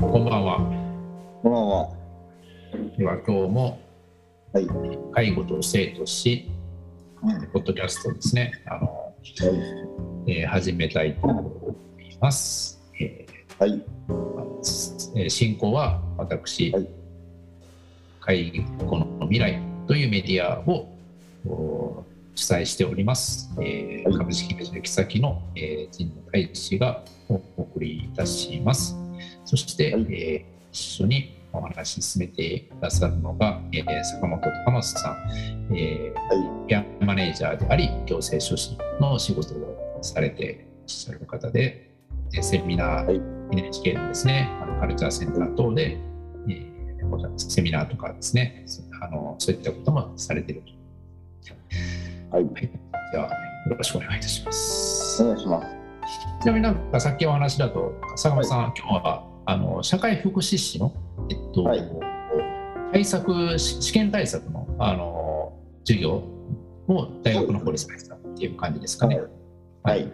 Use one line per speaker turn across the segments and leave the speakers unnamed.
こんばんは。
こんばんは。
では今日も
はい。
介護と生と死、
うん
ポッドキャストですね、あの、えー始めたいと思います。え
はい。
ーすえー進行は私、
はい
介護の未来というメディアをお主催しております、えー
はい
株式会社行き先の、えー、神野大使がお送りいたします。そして、
はい
えー一緒にお話し進めてくださるのが、えー坂本玉瀬さん、えーケアマネージャーであり行政書士の仕事をされていらっしゃる方でえーセミナ
は
ー
い
NHK のですねあのカルチャーセンター等で、えーセミナーとかですねそあのそういったこともされていると
はい。
ではよろしくお願いいたします
お。願いします。
ちなみになんかさっきお話だと坂本さん、今日はあの社会福祉士の、えっと
はい
対策し試験対策のあの授業を大学の方でされてたっていう感じですかね。
はい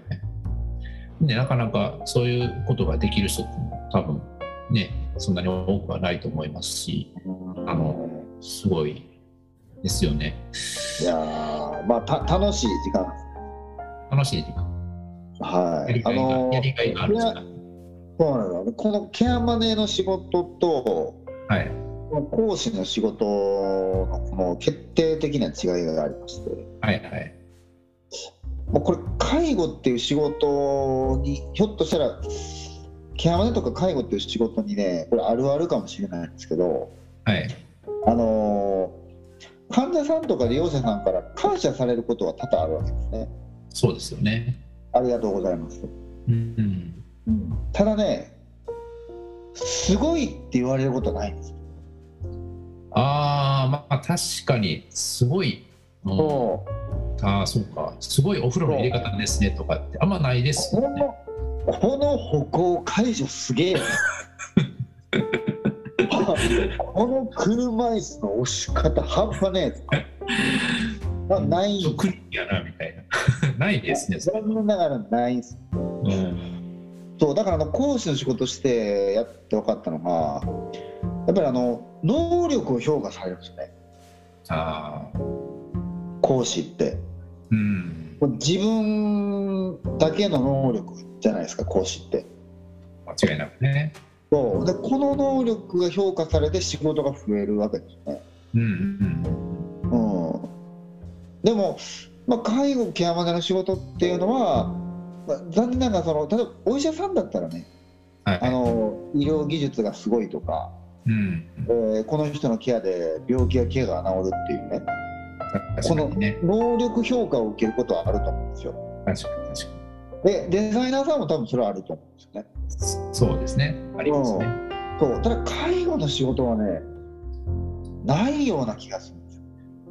でなかなかそういうことができる人って多分ねそんなに多くはないと思いますしあのすごいですよね
いやーまあた楽しい時間です
楽しいというか
は
や
い
り。がいが,、
の
やりがいがあるじゃない
そうなのよ。このケアマネーの仕事と
はい
講師の仕事のこの決定的な違いがありまして、
はいはい
もうこれ介護っていう仕事にひょっとしたらケアマネとか介護っていう仕事にねこれあるあるかもしれないんですけど。
はい
あのー患者さんとか利用者さんから感謝されることは多々あるわけですね。
そうですよね。
ありがとうございます。
うん、
ただね、すごいって言われることはないんですよ。
あー、まあ確かにすごい、うん、ああそうかすごいお風呂の入れ方ですねとかってあんまないです
こ
よね。
のこの歩行解除すげえよこの車椅子の押し方半端ねえとかまあない
特にやなみたいな ないですね。
残念ながらないんです
うん、
そうだからあの講師の仕事してやって分かったのがやっぱりあの能力を評価されるんですよね
ああ
講師って
うん
これ自分だけの能力じゃないですか講師って
間違いなくね。
そうでこの能力が評価されて仕事が増えるわけですよね、
うんうん
うん、でも、まあ、介護ケアマネの仕事っていうのは、まあ残念ながらその例えばお医者さんだったらね
はい
あの医療技術がすごいとか
うんうん
えーこの人のケアで病気や怪我が治るっていうね
確かにね
能力評価を受けることはあると思うんですよ
確かに確か
でデザイナーさんも多分それはあると思うんですよね
にそうですねありますね。
そうただ介護の仕事はねないような気がするんですよ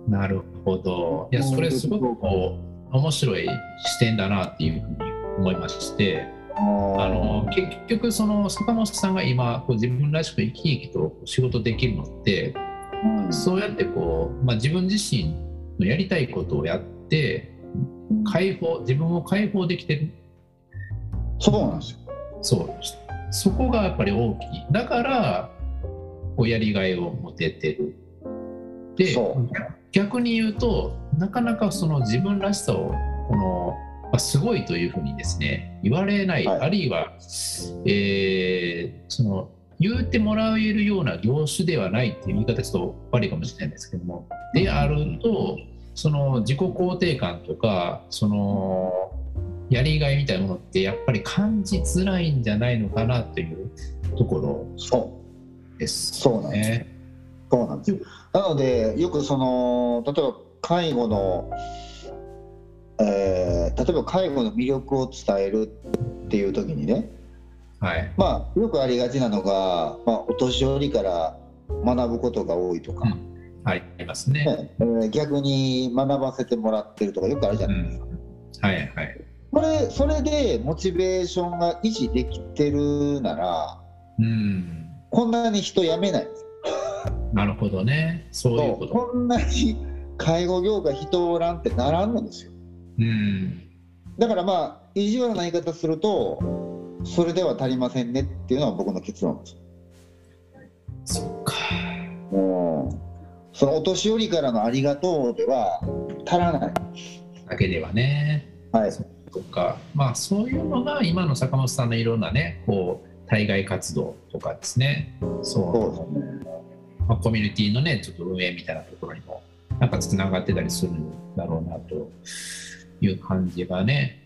なるほど。いや、それすごくこう面白い視点だなっていうふうに思いまして、あの結局その坂本さんが今こう自分らしく生き生きと仕事できるのって、
うん
そうやってこうまあ自分自身のやりたいことをやって解放自分を解放できてる。
そうなんですよ
そう。そこがやっぱり大きい。だからこうやりがいを持ててる。で
そう
逆に言うとなかなかその自分らしさをこの、まあ、すごいというふうにですね言われない、
はい
あるいは、えーその言うてもらえるような業種ではないっていう言い方ちょっと悪いかもしれないんですけどもであるとその自己肯定感とかそのやりがいみたいなものってやっぱり感じづらいんじゃないのかなというところ
そう
です
そうなんです
ね。
そうなんですよなのでよくその例えば介護の、えー例えば介護の魅力を伝えるっていう時にね
はい、
まあよくありがちなのが、まあ、お年寄りから学ぶことが多いと
う
か、
んありますね。
ねえー逆に学ばせてもらってるとかよくあるじゃ
う
ないですか、
ん、はいはい。
これそれでモチベーションが維持できてるなら
うん
こんなに人辞めないです
なるほどね。そういうこ。
ことんなに介護業界人おらんってならんのですよ
うん。
だからまあ意地悪な言い方するとそれでは足りませんねっていうのは僕の結論です
そっか。
もうそのお年寄りからのありがとうでは足らない。
だけではね。
はい。
とか、まあ、そういうのが今の坂本さんのいろんなねこう対外活動とかですね
そう
そ
ですね。
う、まあ、コミュニティのねちょっと運営みたいなところにもなんかつながってたりするんだろうなという感じがね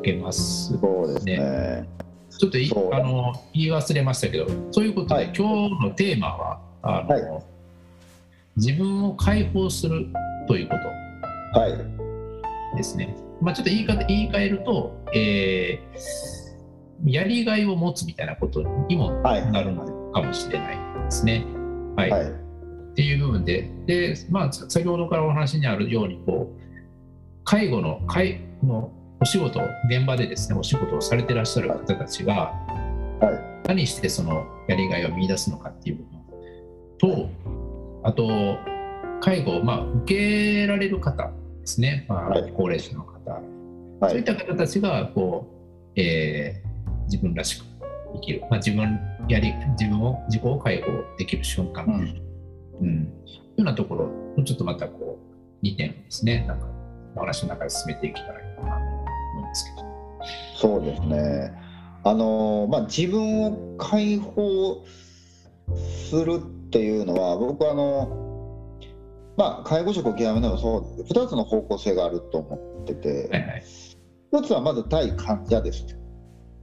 受けます
そうですね。
ちょっとい
そう
あの言い忘れましたけどそういうことで、
はい
今日のテーマはあの、自分を解放するということ
はい。
ですね。まあ、ちょっと言い方言い換えると、えーやりがいを持つみたいなことにも
はい。
なるのかもしれないですね。はい
はい。
っていう部分でで、まあ、さ先ほどからお話にあるようにこう介護の介のお仕事現場でですねお仕事をされてらっしゃる方たちが、
は
何してそのやりがいを見出すのかっていう部分とあと介護をまあ受けられる方ですね、まあ
はい、
高齢者の方、
は
そういっ
い。
た方たちがこう、えー自分らしく生きる、まあ、自分やり自分を自己を解放できる瞬間、
うん
うん、ようなところをちょっとまたこう2点ですねなんかお話の中で進めていけたらいいかなと思いますけど
そうですね。あのーまあ自分を解放するっていうのは僕はあのまあ介護職を極めるのもそうですけど2つの方向性があると思ってて、
はいはい
一つはまず対患者です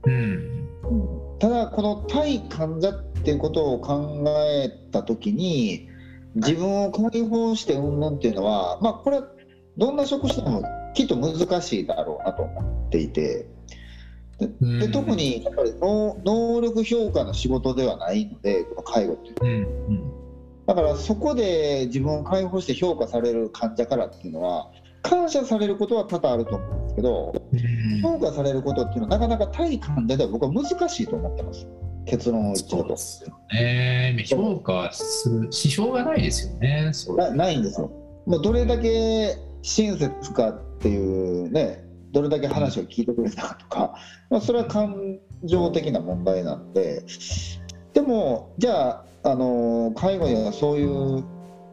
うん
ただこの対患者っていうことを考えた時に自分を解放してうんぬんっていうのはまあこれはどんな職種でもきっと難しいだろうなと思っていて
うん
で特、にやっぱり能能力評価の仕事ではないのでこの介護っていうのは
うんうん、
だからそこで自分を解放して評価される患者からっていうのは感謝されることは多々あると思うんですけど
うん
評価されることっていうのはなかなか対患者では僕は難しいと思ってます結論を言っちゃ
そうう
と
で。すよね評価する指標がないですよねそう
なないんですよ。もうどれだけ親切かっていうね、どれだけ話を聞いてくれたかとか、まあ、それは感情的な問題なんで、でも、じゃあ、あの介護にはそういう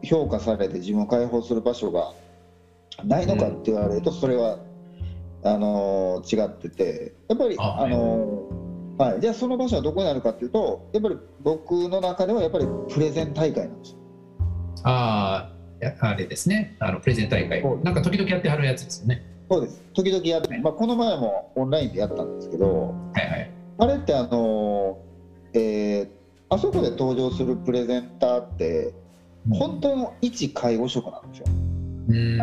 評価されて自分を解放する場所がないのかって言われると、それはあの違ってて、やっぱり、
あ
あのはい、じゃあ、その場所はどこにあるかっていうと、やっぱり僕の中ではやっぱりプレゼン大会なんですよ。
ああやあれですねあのプレゼン大会なんか時々やってはるやつですよね
そうです時々やって、まあ、この前もオンラインでやったんですけど
はいはい
あれってあのえーあそこで登場するプレゼンターって本当の一介護職なんですよ、
うん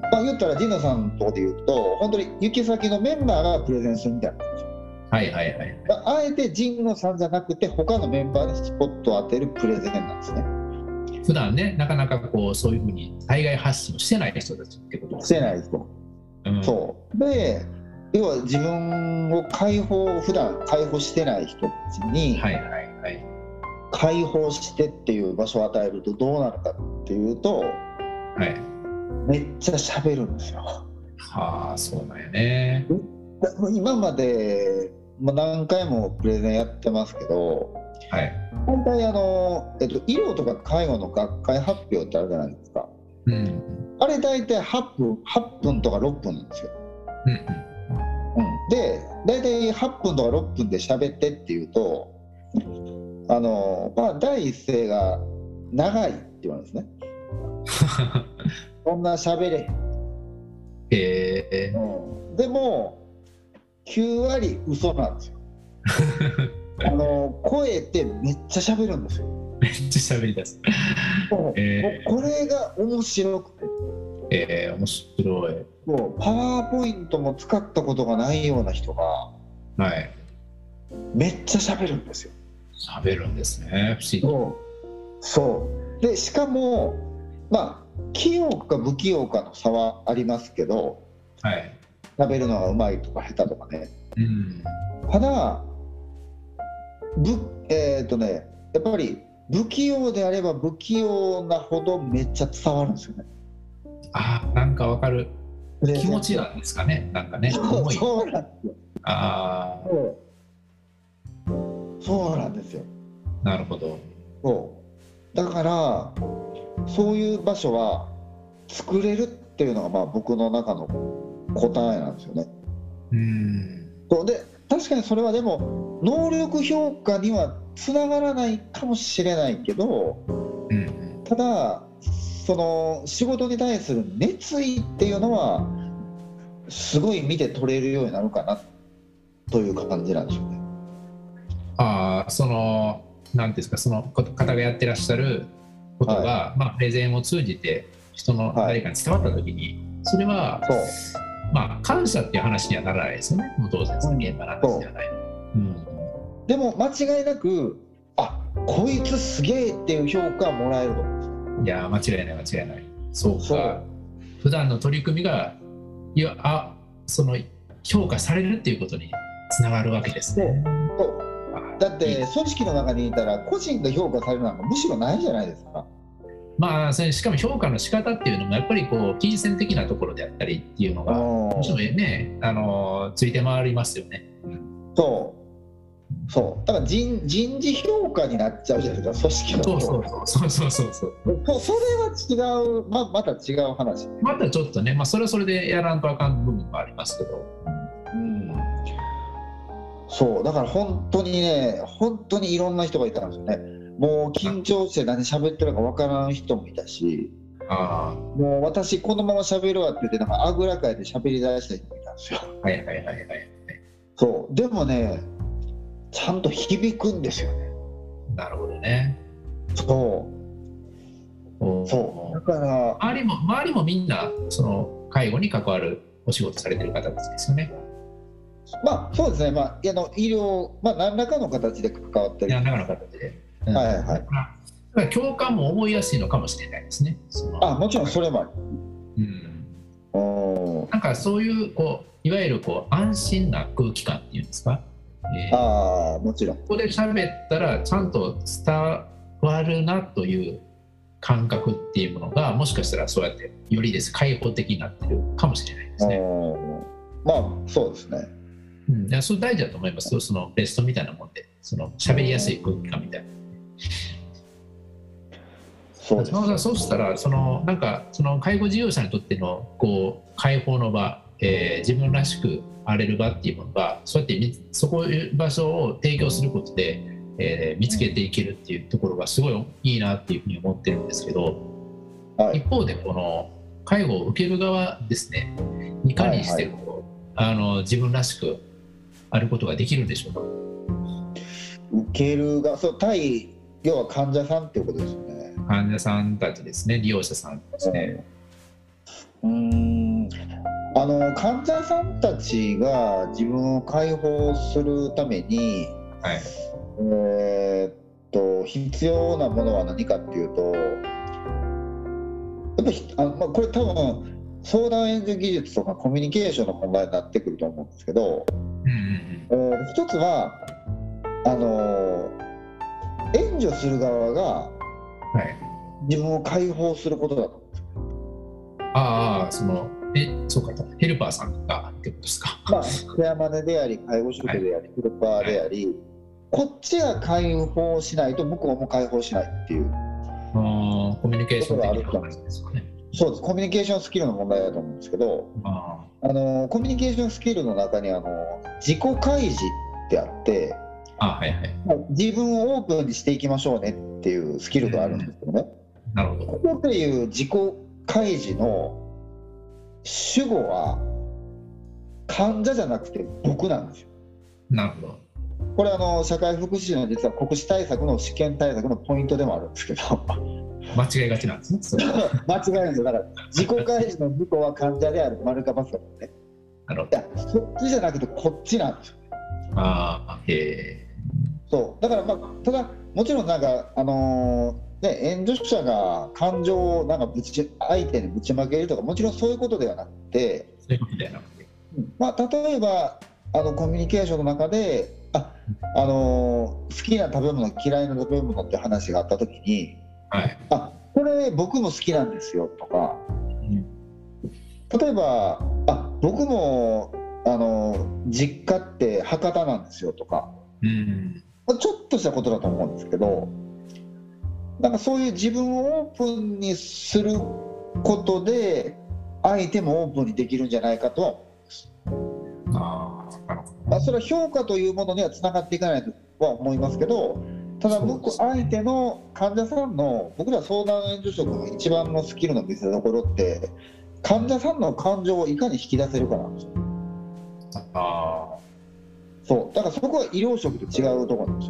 まあ、言ったら神野さんのとこで言うと本当に行き先のメンバーがプレゼンするみたいな感じ
はいはいはい。
だからあえて神野さんじゃなくて他のメンバーにスポットを当てるプレゼンなんですね
普段ね、なかなかこう、そういうふうに対外発信をしてない人たちってことで
し
すね。
てない人
うん
そうで要は自分を解放普段解放してない人たちに、
はいはいはい。
解放してっていう場所を与えるとどうなるかっていうと
はい。
めっちゃ喋るんですよ
はあ、そうなんやね。
だもう今まで、まあ、何回もプレゼンやってますけど
はい。
本当にあの、えっと、医療とか介護の学会発表ってあるじゃないですか
うん。うん
あれ大体8分8分とか6分なんですよ、
うん。
うん、で大体8分とか6分で喋ってっていうとあの、まあ、第一声が長いって言われるんですねそんな喋れへん
へえ
うんでも9割嘘なんですよあの声ってめっちゃ喋るんですよ、
めっちゃ喋り出す。
もう
え
これが面白くて
えー、面白い。
もうパワーポイントも使ったことがないような人が
はい。
めっちゃ喋るんですよ
喋るんですね。不思
そうそうでしかもまあ器用か不器用かの差はありますけど
議。はい。
喋るのがうまいとか下手とかね
うん。
ただぶえっ、とねやっぱり不器用であれば不器用なほどめっちゃ伝わるんですよね
ああ、なんかわかる。気持ちなんですかね。なんかね。
そう
思い。
そうなんですよ
ああ、
そうなんですよ
なるほど。
そだからそういう場所は作れるっていうのがまあ僕の中の答えなんですよね。
うん
そうで確かにそれはでも能力評価にはつながらないかもしれないけど
うん
ただその仕事に対する熱意っていうのはすごい見て取れるようになるかなという感じなんでしょうね。
ああその何ですかその方がやってらっしゃることが、まあ、プレゼンを通じて人の
は
誰
い
かに伝わった時に、それは
そう
まあ感謝っていう話にはならないですよねもう当然その現場の話ではない。うん
でも間違いなくあこいつすげえっていう評価はもらえると思うんですよ
いやー間違いない間違いないそうか
そう
普段の取り組みがいやあその評価されるっていうことにつながるわけですね。
そう
あ
だっ
いい
て組織の中にいたら個人で評価されるなんかむしろないじゃないですか。
まあそれしかも評価の仕方っていうのもやっぱりこう金銭的なところであったりっていうのが
うん
もちろんねあのーついて回りますよね。
そうそうだから人人事評価になっちゃうじゃないですか組織の
そうそうそうそうそうそう。
そうそれは違うままた違う話、
またちょっとねまあそれはそれでやらんとあかん部分もありますけど。
うん、そうだから本当にね本当にいろんな人がいたんですよねもう緊張して何喋ってるかわからん人もいたし
あ
もう私このまま喋るわって言ってなんかあぐらかいて喋り出した人もいたんですよ
あはいはいはいはい。
そうでもねちゃんと響くんですよね
なるほどね。
そ
お
う
ー
そうだから
周りも周りもみんなその介護に関わるお仕事されてる方たちですよね。
まあそうですねまあいやあの医療まあ何らかの形で関わって
い
る
や長の方で。うん
はいはい
だからだから共感も思いやすいのかもしれないですね。その
あもちろんそれもある
うん、
うん
なんかそういうこういわゆるこう安心な空気感っていうんですか。えー
ああもちろん
ここで喋ったらちゃんと伝わるなという感覚っていうものがもしかしたらそうやってよりです開放的になってるかもしれないですね。
うんまあそうですね
うん、いやそれ大事だと思いますよそのベストみたいなもんでその喋りやすい空気感みたいな。
そうです
島本さんそうしたらそのなんかその介護事業者にとってのこう解放の場、えー自分らしく荒れる場っていうものがそうやってみそこいう場所を提供することで、えー見つけていけるっていうところがすごいいいなっていうふうに思ってるんですけど
は
一
い
方でこの介護を受ける側ですねいかにしてこう、あの自分らしくあることができるんでしょうか
受けるがそう対要は患者さんっていうことですよね
患者さんたちですね利用者さんですね。
うんあの患者さんたちが自分を解放するために
はい
えーっと必要なものは何かっていうとやっぱひあ、まあ、これ多分相談演説技術とかコミュニケーションの問題になってくると思うんですけど、
うんうん
えー一つはあのー援助する
う
側が
んはい
自分を解放することだと、
ああ、その、え、そうか、ヘルパーさんがってことですか。
まあ、ケアマネであり介護職でありヘルパーであり、こっちが解放しないと向こうも解放しないっていう
あーコミュニケーション的な話ですかね。
そうですコミュニケーションスキルの問題だと思うんですけど。
あ
あのコミュニケーションスキルの中にあの自己開示ってあって
ーあ、はいはい。
まあ自分をオープンにしていきましょうねっていうスキルがあるんですけどね、
なるほど。
ここでいう自己開示の主語は患者じゃなくて僕なんですよ。
なるほど。
これあの社会福祉士の実は国試対策の試験対策のポイントでもあるんですけど
間違いがちなんですね。それは
間違いないんですよだから自己開示の主語は患者である丸かバスだもんね
なるほ
い
ど。
やそっちじゃなくてこっちなんですよ
ああ、へえ。
そうだから、まあ、ただもちろんなんか、あのーね、援助者が感情をなんかぶち相手にぶちまけるとかもちろんそういうことではなくて、
そういうことではなくて。
まあ、例えばあのコミュニケーションの中であ、あのー好きな食べ物嫌いな食べ物って話があった時に
はい。
あこれ僕も好きなんですよとか
うん
例えばあ僕も、あのー実家って博多なんですよとか。
うん。
まあちょっとしたことだと思うんですけどなんかそういう自分をオープンにすることで相手もオープンにできるんじゃないかとは思う
ああ、なるほ
まあ、それは評価というものにはつながっていかないとは思いますけどただ僕
そ
相手の患者さんの僕ら相談援助職の一番のスキルの見せどころって患者さんの感情をいかに引き出せるかなんですよ
ど。あ
そうだからそこは医療職と違うところなんで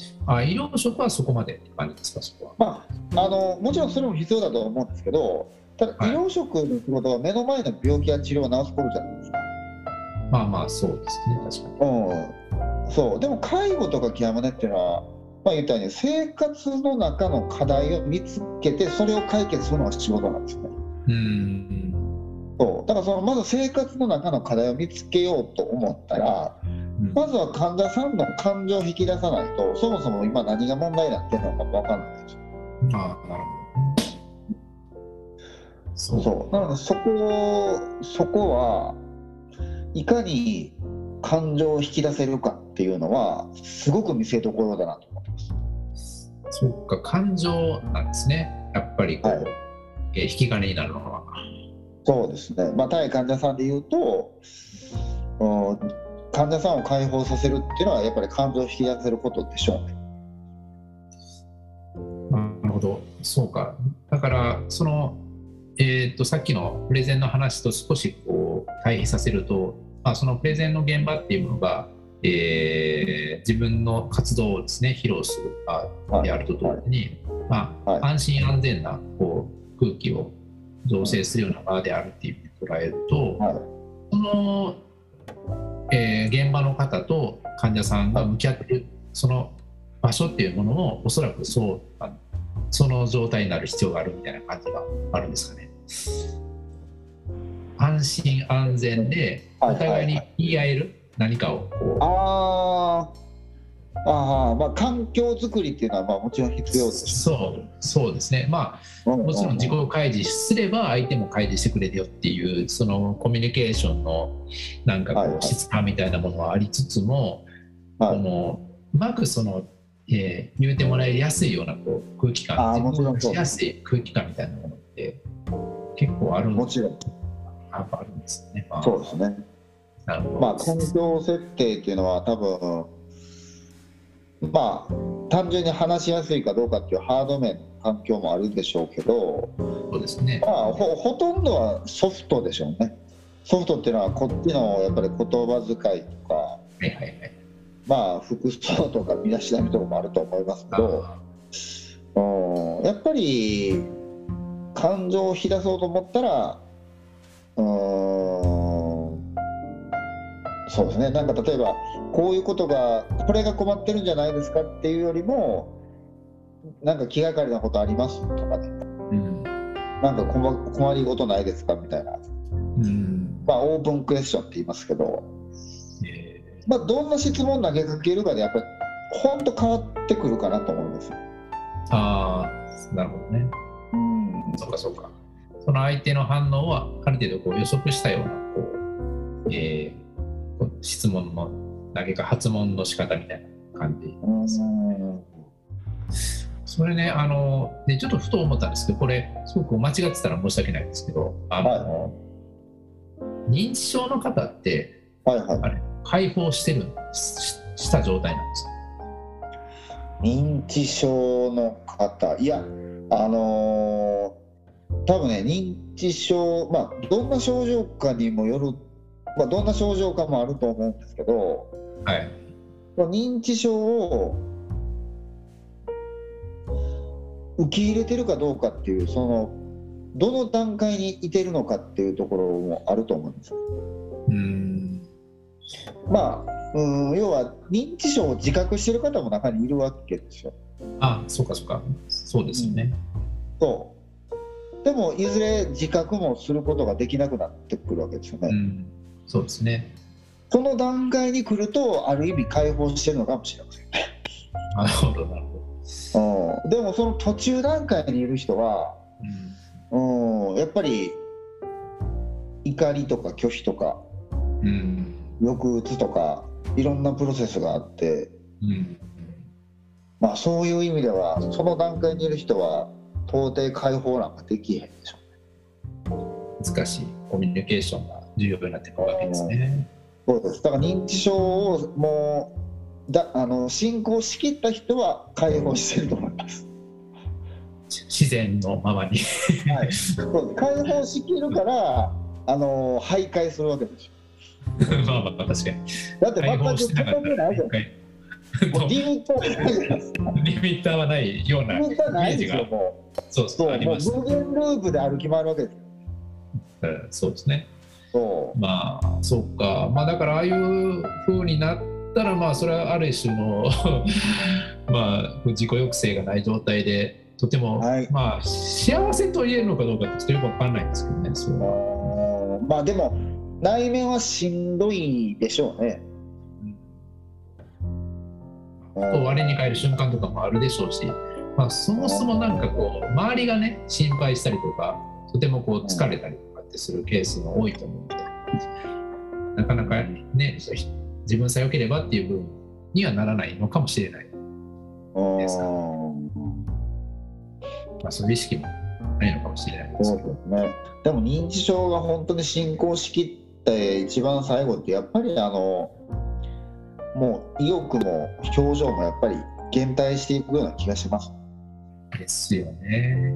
すよ、
あ。あ、医療職はそこまでって感じですか、そこは。
まあ、あのもちろんそれも必要だと思うんですけどただ医
はい
療職の仕事は目の前の病気や治療を治すことじゃないですか、
まあまあ、そうですね、確か
うん、そうでも介護とかケアマネっていうのはまあ言ったように生活の中の課題を見つけてそれを解決するのが仕事なんですよね
に。うん。
そうだからそのまず生活の中の課題を見つけようと思ったら
うん
まずは患者さんの感情を引き出さないとそもそも今何が問題になってるのかも分かんないし
ああ、なるほど。そ
そうなのでそこをそこはいかに感情を引き出せるかっていうのはすごく見せどころだなと思ってます。
そっか、感情なんですね。やっぱりこう、
はい
えー引き金になるのは。
そうですね、まあ、対患者さんで言うと、うん、患者さんを解放させるっていうのは、やっぱり感情を引き出せることでしょうね。
なるほど、そうか。だから、その、えーっと、さっきのプレゼンの話と少しこう対比させると、まあ、そのプレゼンの現場っていうものが、えー自分の活動をですね、披露する場であると同時に、まあ
はい
安心安全なこう空気を造成するような場であるっていうふうに捉えると、
はい
その、えー現場の方と患者さんが向き合ってるその場所っていうものもおそらくそうあその状態になる必要があるみたいな感じがあるんですかね。安心安全で
は
お互いに
は
言い合える何かをこ
あーあー、まあ、環境づくりっていうのはまあもちろん必
う、
要ですし、
そうそうですねまあ
うんうんうん
もちろん自己開示すれば相手も開示してくれるよっていうそのコミュニケーションのなんか
はいは
こ
いう
質感みたいなものはありつつも、
は
こ
い
のうまくその、えー言うてもらいやすいようなこう空気感
あーもちろんそう
しやすい空気感みたいなものって結構ある
もちろん
やっぱあるんですね。まあ、
そうですね、
なるほど
まあ、環境設定っていうのは多分まあ単純に話しやすいかどうかっていうハード面の環境もあるでしょうけど、
そうですね。
まあ、ほほとんどはソフトでしょうねソフトっていうのはこっちのやっぱり言葉遣いとか
はいはいはい。
まあ服装とか身だしなみとかもあると思いますけど
あ
うんやっぱり感情を引き出そうと思ったらうんそうですねなんか例えばこういうことがこれが困ってるんじゃないですかっていうよりもなんか気がかりなことありますとかね
ーうん
なんか困困りごとないですかみたいな
うん
まあ、オープンクエスチョンって言いますけど、
え
まあ、どんな質問投げかけるかでやっぱり本当変わってくるかなと思います。
ーああなるほどね。
うん
そうかそうか。その相手の反応はある程度こう予測したようなこう、えーこう質問の投げか発問の仕方みたいな感じ
うん
それね、あの、ね、ちょっとふと思ったんですけど、これ、すごく間違ってたら申し訳ないんですけど、あの、
は
認知症の方って、
はいはい
あれ、解放してるし、した状態なんですか
認知症の方いやあのー多分ね認知症まあどんな症状かにもよる、まあ、どんな症状かもあると思うんですけど
はい。
認知症を受け入れてるかどうかっていうそのどの段階にいてるのかっていうところもあると思うんです
うーん。
まあうん要は認知症を自覚してる方も中にいるわけですよ
あ、そうかそうか。そうですよね。
そうでもいずれ自覚もすることができなくなってくるわけですよね、
うん。そうですね。
その段階に来るとある意味解放してるのかもしれません
なるほど、なるほど。
うんでもその途中段階にいる人は
うん
うん、やっぱり怒りとか拒否とか
うん。
抑うつとかいろんなプロセスがあって
うん。
まあ、そういう意味ではその段階にいる人は到底解放なんかできへんでしょ
難しいコミュニケーションが重要になってくるわけですね。
そうですだから認知症をもうだあの進行しきった人は解放してると思います、
自然のままに。
はい、そうです解放しきるからあの徘徊するわけでし
まあまあ確かに。
ょだって
解
全
放して
く
なかっ
全
た
くない
ら
じゃ
一
ん
回。
もうリミットが ないじゃないですか
リミッターはないような
リ
イ
ミ
メ
ットはない
ー
ん
ジ
ですよ
が
もう
そうそう
そ
あ
う
り
も
ました。
う無限ループで歩き回るわけですよ
うんそうですね。
そ
まあそうかまあだからああいう風になったらまあそれはある種の まあ自己抑制がない状態でとても、
はい
まあ幸せと言えるのかどうかってちょっとよくわかんないんですけどねそう
うあーまあでも内面はしんどいでしょうね
と我に返る瞬間とかもあるでしょうし、まあ、そもそもなんかこう周りがね心配したりとかとてもこう疲れたりとかってするケースが多いと思うのでなかなかね自分さえ良ければっていう部分にはならないのかもしれない、
うん
ですかまあ、そういう意識もないのかもしれないです
そう
け
で
ど。
すね。でも認知症が本当に進行しきって一番最後ってやっぱりあのもう意欲も表情もやっぱり減退していくような気がします。
ですよね。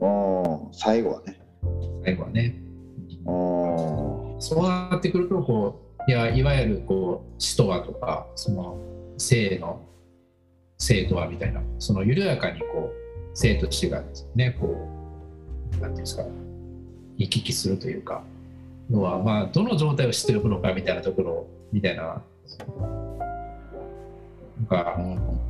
うん、最後はね。
最後はね。
うん
そうなってくるとこういやいわゆるこう死とはとかその生の生とはみたいなその緩やかにこう生と死がですねこうなんていうんですか行き来するというかのはまあどの状態を死と呼ぶのかみたいなところみたいな。なんか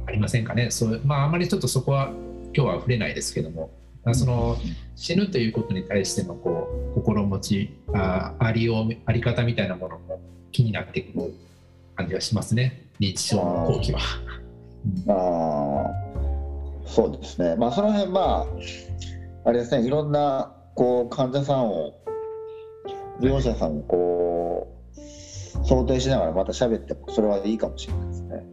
ありませんかね。そうまああまりちょっとそこは今日は触れないですけども、まあその死ぬということに対してのこう心持ちあありようあり方みたいなものも気になってくる感じがしますね。認知症の後期は。
あーそうですね。まあその辺まああれですね。いろんなこう患者さんを利用者さんをこう想定しながらまた喋ってもそれはいいかもしれないですね。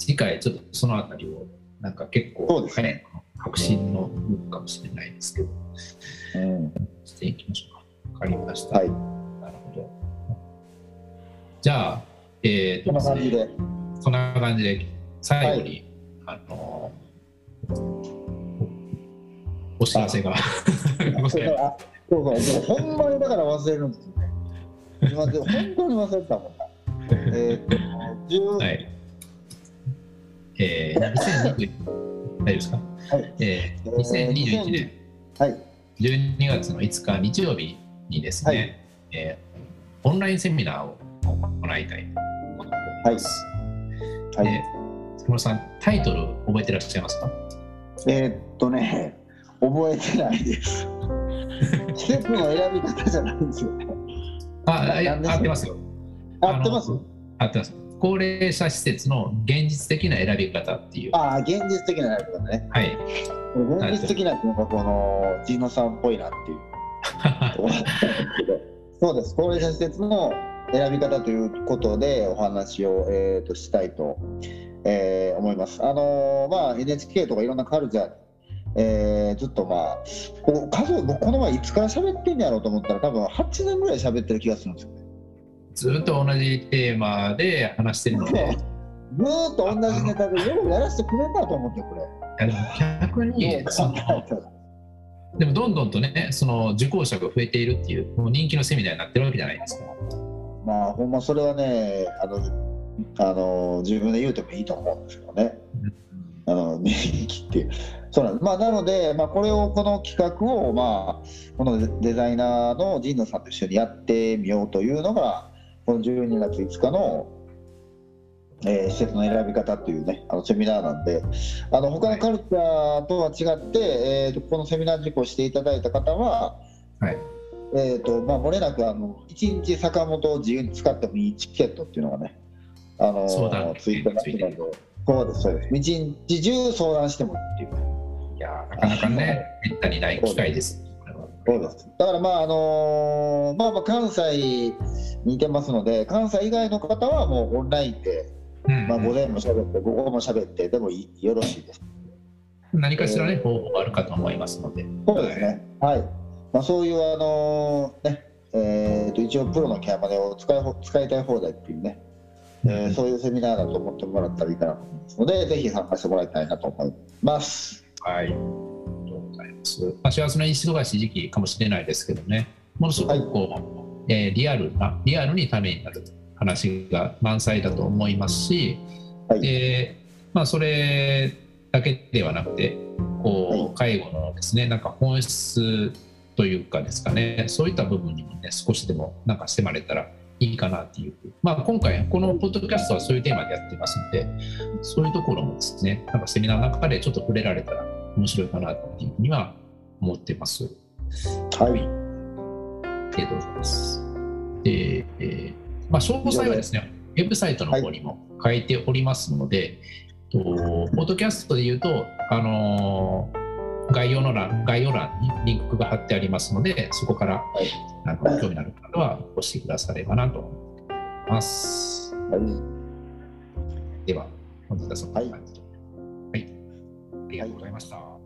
次回ちょっとそのあたりをなんか結構
そうですね
はい革新の部分かもしれないですけど、
うん
していきましょうか。わかりました。
はい、
なるほど。じゃあ、えー
こんな感じで。
そんな感じで最後に、あのおお知らせ がございます
あそうそう、ほんまにだから忘れるんですよね。今で本当に忘れてたもんな。えっと、10
はい。えー、2020大丈夫ですか？
はい。
えー、2021年
はい、
12月の5日日曜日にですね、
はい
えーオンラインセミナーを行いたいと思います。
はい
で、塚村さんタイトル覚えてらっしゃいますか？
えっとね、覚えてないです。季節の選び方じゃないんですよね。
あ、いや
何です
合ってますよ。
合ってます
あの合ってます。高齢者施設の現実的な選び方っていう。
ああ、現実的な選び方ね。
はい。
現実的なっていうのがこの、ジノさんっぽいなっていうところだったんです けど。そうです、高齢者施設の選び方ということでお話を、えー、としたいと、えー思います。あのーまあ、NHK とかいろんなカルチャーに、えーずっとまあ僕数僕この前いつから喋ってんやろうと思ったら多分8年ぐらい喋ってる気がするんですよね。
ずっと同じテーマで話してるので、
ずーっと同じネタでようやらせてくれんなと思ってこれ。
あの逆にそ
もう考
の
えたら
でもどんどんとね、その受講者が増えているっていうもう人気のセミナーになってるわけじゃないですか。
まあほんまそれはねあのあの自分で言うてもいいと思うんですけどね。あの 免疫っていう。そうなんですまあ、なので、まあ、これをこの企画を、まあ、このデザイナーの神野さんと一緒にやってみようというのがこの12月5日の、えー施設の選び方という、ね、あのセミナーなんであの他のカルチャーとは違って、えーとこのセミナー受講していただいた方は、
はい
えーとまあ、漏れなくあの1日坂本を自由に使ってもいいチケットっていうのがねあの
相談
ツイッターになってたんで。そうです、そうです。一日中相談してもいいっていう。
いやーなかなかね、めったにない機会です。これは
そうです。だからまああのまあまあ関西にいてますので、関西以外の方はもうオンラインで、
うん
まあ、午前も喋って午後も喋ってでもいいよろしいです
何かしらね、方法があるかと思いますので。
そうですねはい、まあ、そういうあのねえーと一応プロのケアマネを使いほ使いたい放題っていうね、えーそういうセミナーだと思ってもらったらいいかなと思いますのでぜひ参加してもらいたいなと思います
はい。ありがとうございます。まあ、幸せな忙しい時期かもしれないですけどね、ものすごくこう、えーリアルな、リアルにためになる話が満載だと思いますし、
はい
でまあ、それだけではなくて、こう介護のですね、なんか本質というかですかね、そういった部分にもね、少しでもなんか迫れたらいいかなっていう、まあ、今回、このポッドキャストはそういうテーマでやってますので、そういうところもですね、なんかセミナーの中でちょっと触れられたら面白いかなっていうふうには思ってます。
はい
ありがとうございます。で、えーまあ、詳細はですね、ウェブサイトの方にも書いておりますので、とポッドキャストで言うと、あのー概要の欄概要欄にリンクが貼ってありますので、そこから
はい
なんか興味のある方は押してくださればなと思います。
はい
では、本日はそんな感じで。はい。ありがとうございました。